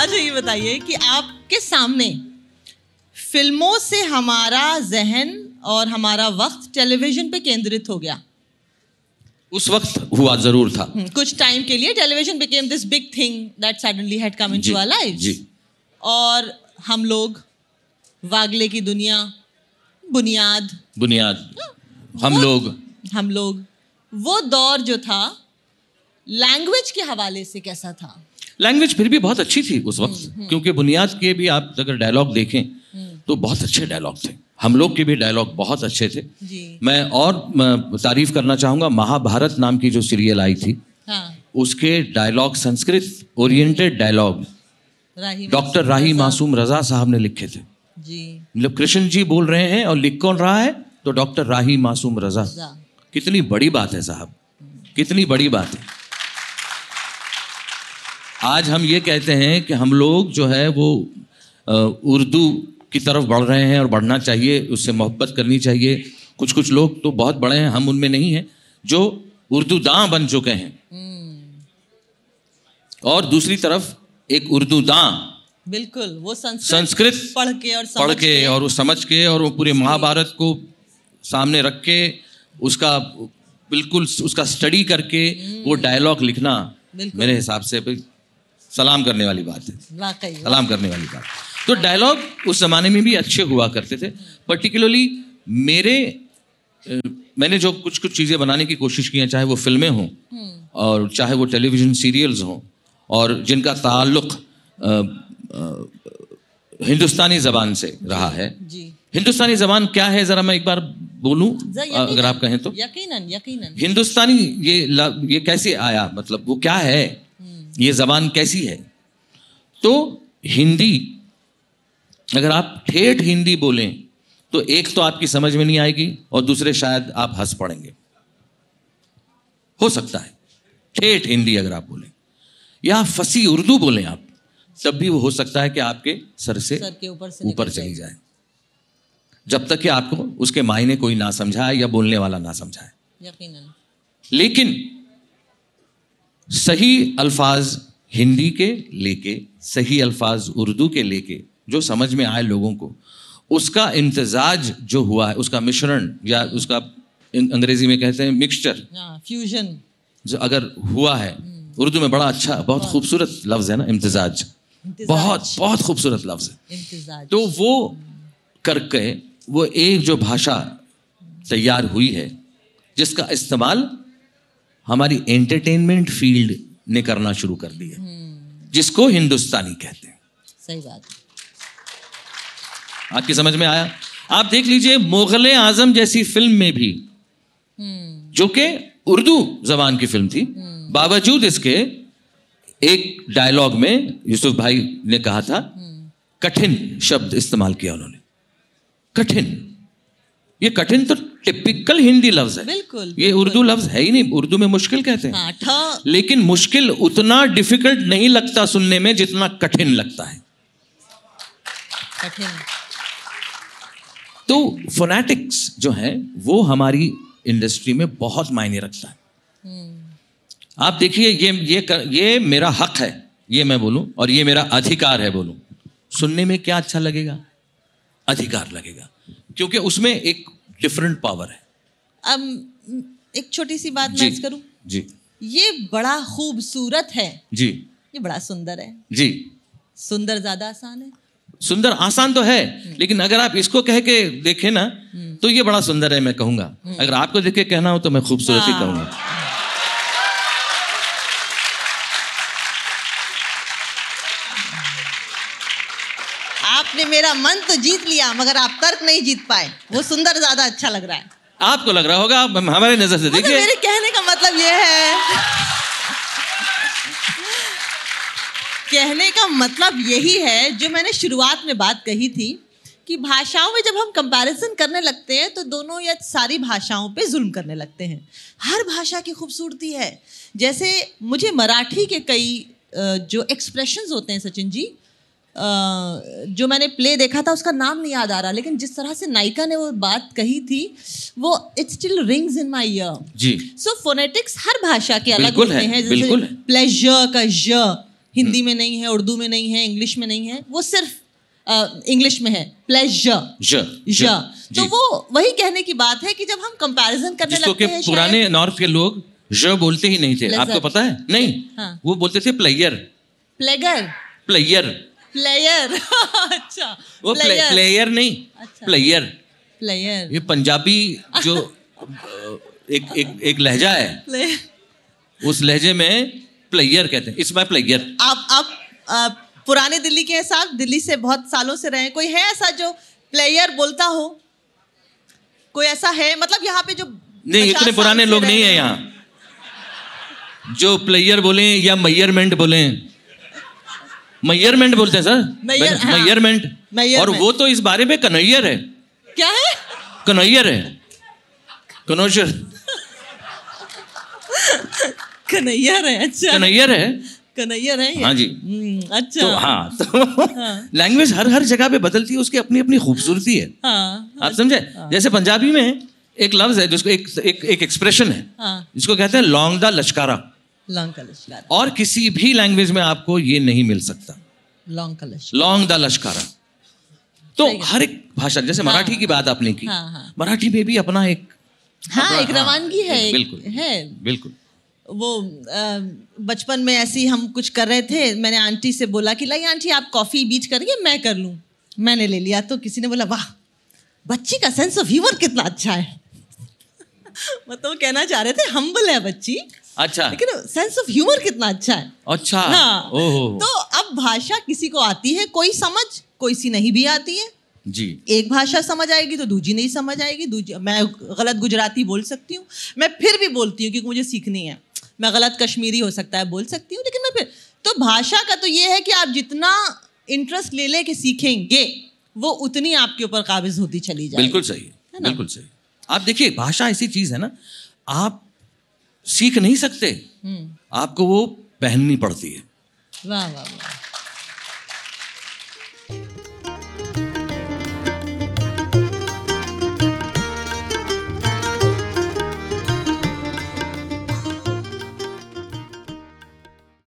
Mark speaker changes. Speaker 1: अच्छा, बताइए कि आपके सामने फिल्मों से हमारा जहन और हमारा वक्त टेलीविजन पे केंद्रित हो गया
Speaker 2: उस वक्त हुआ जरूर था
Speaker 1: हम्म, कुछ टाइम के लिए television became this big thing that suddenly had come into
Speaker 2: जी,
Speaker 1: आवर लाइफ
Speaker 2: जी।
Speaker 1: और हम लोग वागले की दुनिया बुनियाद
Speaker 2: बुनियाद हम लोग
Speaker 1: हम लोग वो दौर जो था लैंग्वेज के हवाले से कैसा था
Speaker 2: लैंग्वेज फिर भी बहुत अच्छी थी उस वक्त क्योंकि बुनियाद के भी आप अगर डायलॉग देखें तो बहुत अच्छे डायलॉग थे हम लोग के भी डायलॉग बहुत अच्छे थे
Speaker 1: जी
Speaker 2: मैं और अ, तारीफ करना चाहूँगा महाभारत नाम की जो सीरियल आई थी
Speaker 1: हाँ
Speaker 2: उसके dialogue Sanskrit oriented dialogue
Speaker 1: Rahi
Speaker 2: doctor Rahi Masoom Raza साहब ने लिखे थे
Speaker 1: जी
Speaker 2: मतलब कृष्ण जी बोल रहे हैं और लिख कौन रहा है तो डॉक्टर राही मासूम रजा
Speaker 1: जा
Speaker 2: कितनी बड़ी बात है साहब कितनी बड़ी बात है आज हम ये कहते हैं कि हम लोग जो है वो अ, उर्दू की तरफ बढ़ रहे हैं और बढ़ना चाहिए उससे मोहब्बत करनी चाहिए कुछ कुछ लोग तो बहुत बड़े हैं हम उनमें नहीं हैं जो उर्दू दां बन चुके हैं और दूसरी तरफ एक उर्दू दां
Speaker 1: बिल्कुल वो संस्कृत
Speaker 2: संस्कृत
Speaker 1: पढ़ के और समझ
Speaker 2: पढ़ के और वो समझ के और वो पूरे महाभारत को सामने रख के उसका बिल्कुल उसका स्टडी करके वो डायलॉग लिखना
Speaker 1: हम्म। बिल्कुल।
Speaker 2: मेरे हिसाब से भी सलाम करने वाली बात है
Speaker 1: वाकई
Speaker 2: सलाम करने वाली बात तो डायलॉग उस ज़माने में भी अच्छे हुआ करते थे पर्टिकुलरली मेरे अ, मैंने जो कुछ कुछ चीज़ें बनाने की कोशिश की हैं चाहे वो फिल्में हों और चाहे वो टेलीविज़न सीरियल्स हों और जिनका ताल्लुक अ, अ, हिंदुस्तानी ज़बान से रहा है
Speaker 1: जी
Speaker 2: हिंदुस्तानी ज़बान क्या है ज़रा मैं एक बार बोलूँ
Speaker 1: जा,
Speaker 2: अगर आप कहें तो
Speaker 1: यकीनन यकीनन
Speaker 2: हिंदुस्तानी ये ल- ये कैसे आया मतलब वो क्या है ये जबान कैसी है तो हिंदी अगर आप ठेठ हिंदी बोलें तो एक तो आपकी समझ में नहीं आएगी और दूसरे शायद आप हंस पड़ेंगे हो सकता है ठेठ हिंदी अगर आप बोलें या फसी उर्दू बोलें आप तब भी वो हो सकता है कि आपके सर से
Speaker 1: सर के ऊपर से
Speaker 2: ऊपर
Speaker 1: निकल
Speaker 2: चली
Speaker 1: जाए।
Speaker 2: जाए जब तक कि आपको उसके मायने कोई ना समझाए या बोलने वाला ना समझाए
Speaker 1: यकीनन
Speaker 2: लेकिन सही अल्फाज हिंदी के लेके सही अल्फाज उर्दू के लेके जो समझ में आए लोगों को उसका इम्तजाज जो हुआ है उसका मिश्रण या उसका इन- अंग्रेजी में कहते हैं मिक्सचर
Speaker 1: हाँ फ्यूजन
Speaker 2: जो अगर हुआ है उर्दू में बड़ा अच्छा बहुत खूबसूरत लफ्ज़ है ना इम्तजाज
Speaker 1: इंतजाज।
Speaker 2: बहुत बहुत खूबसूरत लफ्ज़ है
Speaker 1: इंतजार
Speaker 2: तो वो करके वो एक जो भाषा तैयार हुई है जिसका इस्तेमाल हमारी एंटरटेनमेंट फील्ड ने करना शुरू कर दिया जिसको हिंदुस्तानी कहते हैं
Speaker 1: सही बात
Speaker 2: आपकी समझ में आया आप देख लीजिए मुगल आजम जैसी फिल्म में भी
Speaker 1: हम्म
Speaker 2: जो कि उर्दू जबान की फिल्म थी बावजूद इसके एक डायलॉग में यूसुफ भाई ने कहा था
Speaker 1: हम्म।
Speaker 2: कठिन शब्द इस्तेमाल किया उन्होंने कठिन ये कठिन तो टिपिकल हिंदी लफ्ज है
Speaker 1: बिल्कुल
Speaker 2: ये उर्दू लफ्ज है ही नहीं उर्दू में मुश्किल कहते हैं
Speaker 1: हाँ ठ
Speaker 2: लेकिन मुश्किल उतना डिफिकल्ट नहीं लगता सुनने में जितना कठिन लगता है
Speaker 1: कठिन
Speaker 2: तो फोनेटिक्स जो है वो हमारी इंडस्ट्री में बहुत मायने रखता है
Speaker 1: हम्म।
Speaker 2: आप देखिए ये ये कर, ये मेरा हक है ये मैं बोलूं और ये मेरा अधिकार है बोलूं सुनने में क्या अच्छा लगेगा अधिकार लगेगा क्योंकि उसमें एक डिफरेंट पावर है
Speaker 1: अब एक छोटी सी बात मैं करूं
Speaker 2: जी
Speaker 1: ये बड़ा खूबसूरत है
Speaker 2: जी
Speaker 1: ये बड़ा सुंदर है
Speaker 2: जी
Speaker 1: सुंदर ज्यादा आसान है
Speaker 2: सुंदर आसान तो
Speaker 1: हम्म।
Speaker 2: है लेकिन अगर आप इसको कह के देखें ना तो ये बड़ा सुंदर है मैं कहूंगा अगर आपको देख के कहना हो तो मैं खूबसूरत ही
Speaker 1: हम्म। हाँ।
Speaker 2: कहूंगा
Speaker 1: आपने मेरा मन तो जीत लिया मगर आप तर्क नहीं जीत पाए वो सुंदर ज्यादा अच्छा लग रहा है
Speaker 2: आपको लग रहा होगा आप हमारे नजर से
Speaker 1: मतलब
Speaker 2: देखिए
Speaker 1: मेरे कहने का मतलब ये है कहने का मतलब यही है जो मैंने शुरुआत में बात कही थी कि भाषाओं में जब हम कंपैरिजन करने लगते हैं तो दोनों या सारी भाषाओं पे जुल्म करने लगते हैं हर भाषा की खूबसूरती है जैसे मुझे मराठी के कई अ, जो एक्सप्रेशंस होते हैं सचिन जी अ, जो मैंने प्ले देखा था उसका नाम नहीं याद आ रहा लेकिन जिस तरह से नायिका ने वो बात कही थी वो it still rings in my ear
Speaker 2: जी
Speaker 1: सो फोनेटिक्स हर भाषा के अलग
Speaker 2: बिल्कुल
Speaker 1: होते
Speaker 2: है, हम्म।
Speaker 1: हैं
Speaker 2: बिल्कुल
Speaker 1: जैसे
Speaker 2: है।
Speaker 1: प्लेजर का ज हिंदी में नहीं है उर्दू में नहीं है इंग्लिश में नहीं है वो सिर्फ इंग्लिश में है प्लेजर
Speaker 2: ज ज
Speaker 1: या तो
Speaker 2: जी।
Speaker 1: वो वही कहने की बात है कि जब हम कंपैरिजन करने
Speaker 2: जिसको
Speaker 1: लगते
Speaker 2: के
Speaker 1: हैं शायद-
Speaker 2: पुराने नॉर्थ के लोग ज बोलते ही नहीं थे
Speaker 1: Pleasure।
Speaker 2: आपको पता है नहीं
Speaker 1: हाँ।
Speaker 2: वो बोलते थे प्लेयर
Speaker 1: प्लेगर
Speaker 2: प्लेयर
Speaker 1: प्लेयर अच्छा
Speaker 2: वो प्ले,
Speaker 1: प्लेयर
Speaker 2: प्लेयर नहीं
Speaker 1: अच्छा।
Speaker 2: प्लेयर
Speaker 1: प्लेयर
Speaker 2: ये पंजाबी जो अ, एक एक एक लहजा है
Speaker 1: प्लेयर
Speaker 2: उस लहजे में प्लेयर कहते हैं इट्स माय प्लेयर
Speaker 1: आप आप आ, पुराने दिल्ली के हैं साहब दिल्ली से बहुत सालों से रहे हैं। कोई है ऐसा जो प्लेयर बोलता हो कोई ऐसा है मतलब यहाँ पे जो
Speaker 2: नहीं
Speaker 1: 50
Speaker 2: इतने
Speaker 1: साल
Speaker 2: पुराने
Speaker 1: से
Speaker 2: लोग
Speaker 1: रहे
Speaker 2: नहीं है
Speaker 1: हैं।
Speaker 2: यहाँ जो प्लेयर बोले या मैयरमेंट बोले मैयरमेंट बोलते हैं सर
Speaker 1: मैयर- हाँ।
Speaker 2: मैयरमेंट और
Speaker 1: मैयरमेंट।
Speaker 2: वो तो इस बारे में कन्हैयर है
Speaker 1: क्या है
Speaker 2: कन्हैयर है कनौजर
Speaker 1: कन्हैया है अच्छा
Speaker 2: कन्हैयर है
Speaker 1: कन्हैया है ये।
Speaker 2: हाँ जी।
Speaker 1: हम्म, अच्छा
Speaker 2: तो हाँ तो
Speaker 1: हाँ।
Speaker 2: लैंग्वेज हर हर जगह पे बदलती है उसकी अपनी अपनी खूबसूरती है
Speaker 1: हाँ
Speaker 2: आप समझे जैसे पंजाबी में एक लफ्ज है जिसको एक एक एक एक्सप्रेशन है
Speaker 1: हाँ
Speaker 2: जिसको कहते हैं लौंग दा लश्कारा
Speaker 1: लॉन्ग कलश ला-
Speaker 2: और किसी भी लैंग्वेज में आपको ये नहीं मिल सकता
Speaker 1: लॉन्ग कलश
Speaker 2: लौंग दा लश्कारा तो हर एक भाषा जैसे मराठी की बात आपने की
Speaker 1: हाँ, हाँ।
Speaker 2: मराठी में भी अपना एक
Speaker 1: हाँ एक
Speaker 2: हाँ,
Speaker 1: रवानगी है एक
Speaker 2: बिल्कुल।
Speaker 1: है
Speaker 2: बिल्कुल
Speaker 1: वो अ, बचपन में ऐसे ही हम कुछ कर रहे थे मैंने आंटी से बोला कि लाई आंटी आप कॉफ़ी बीच करेंगे मैं कर लूँ मैंने ले लिया तो किसी ने बोला वाह बच्ची का सेंस ऑफ ह्यूमर कितना अच्छा है मतलब वो कहना चाह रहे थे हम्बल है बच्ची
Speaker 2: अच्छा
Speaker 1: लेकिन सेंस ऑफ ह्यूमर कितना अच्छा है
Speaker 2: अच्छा
Speaker 1: हाँ
Speaker 2: ओहो
Speaker 1: तो अब भाषा किसी को आती है कोई समझ कोई सी नहीं भी आती है
Speaker 2: जी
Speaker 1: एक भाषा समझ आएगी तो दूजी नहीं समझ आएगी दूजी मैं गलत गुजराती बोल सकती हूँ मैं फिर भी बोलती हूँ क्योंकि मुझे सीखनी है मैं गलत कश्मीरी हो सकता है बोल सकती हूँ लेकिन मैं फिर तो भाषा का तो ये है कि आप जितना इंटरेस्ट ले ले के सीखेंगे वो उतनी आपके ऊपर काबिज होती चली जाएगी
Speaker 2: बिल्कुल सही है बिल्कुल सही आप देखिए भाषा ऐसी चीज है ना आप सीख नहीं सकते
Speaker 1: हम्म,
Speaker 2: आपको वो पहननी पड़ती है
Speaker 1: वाह वाह वाह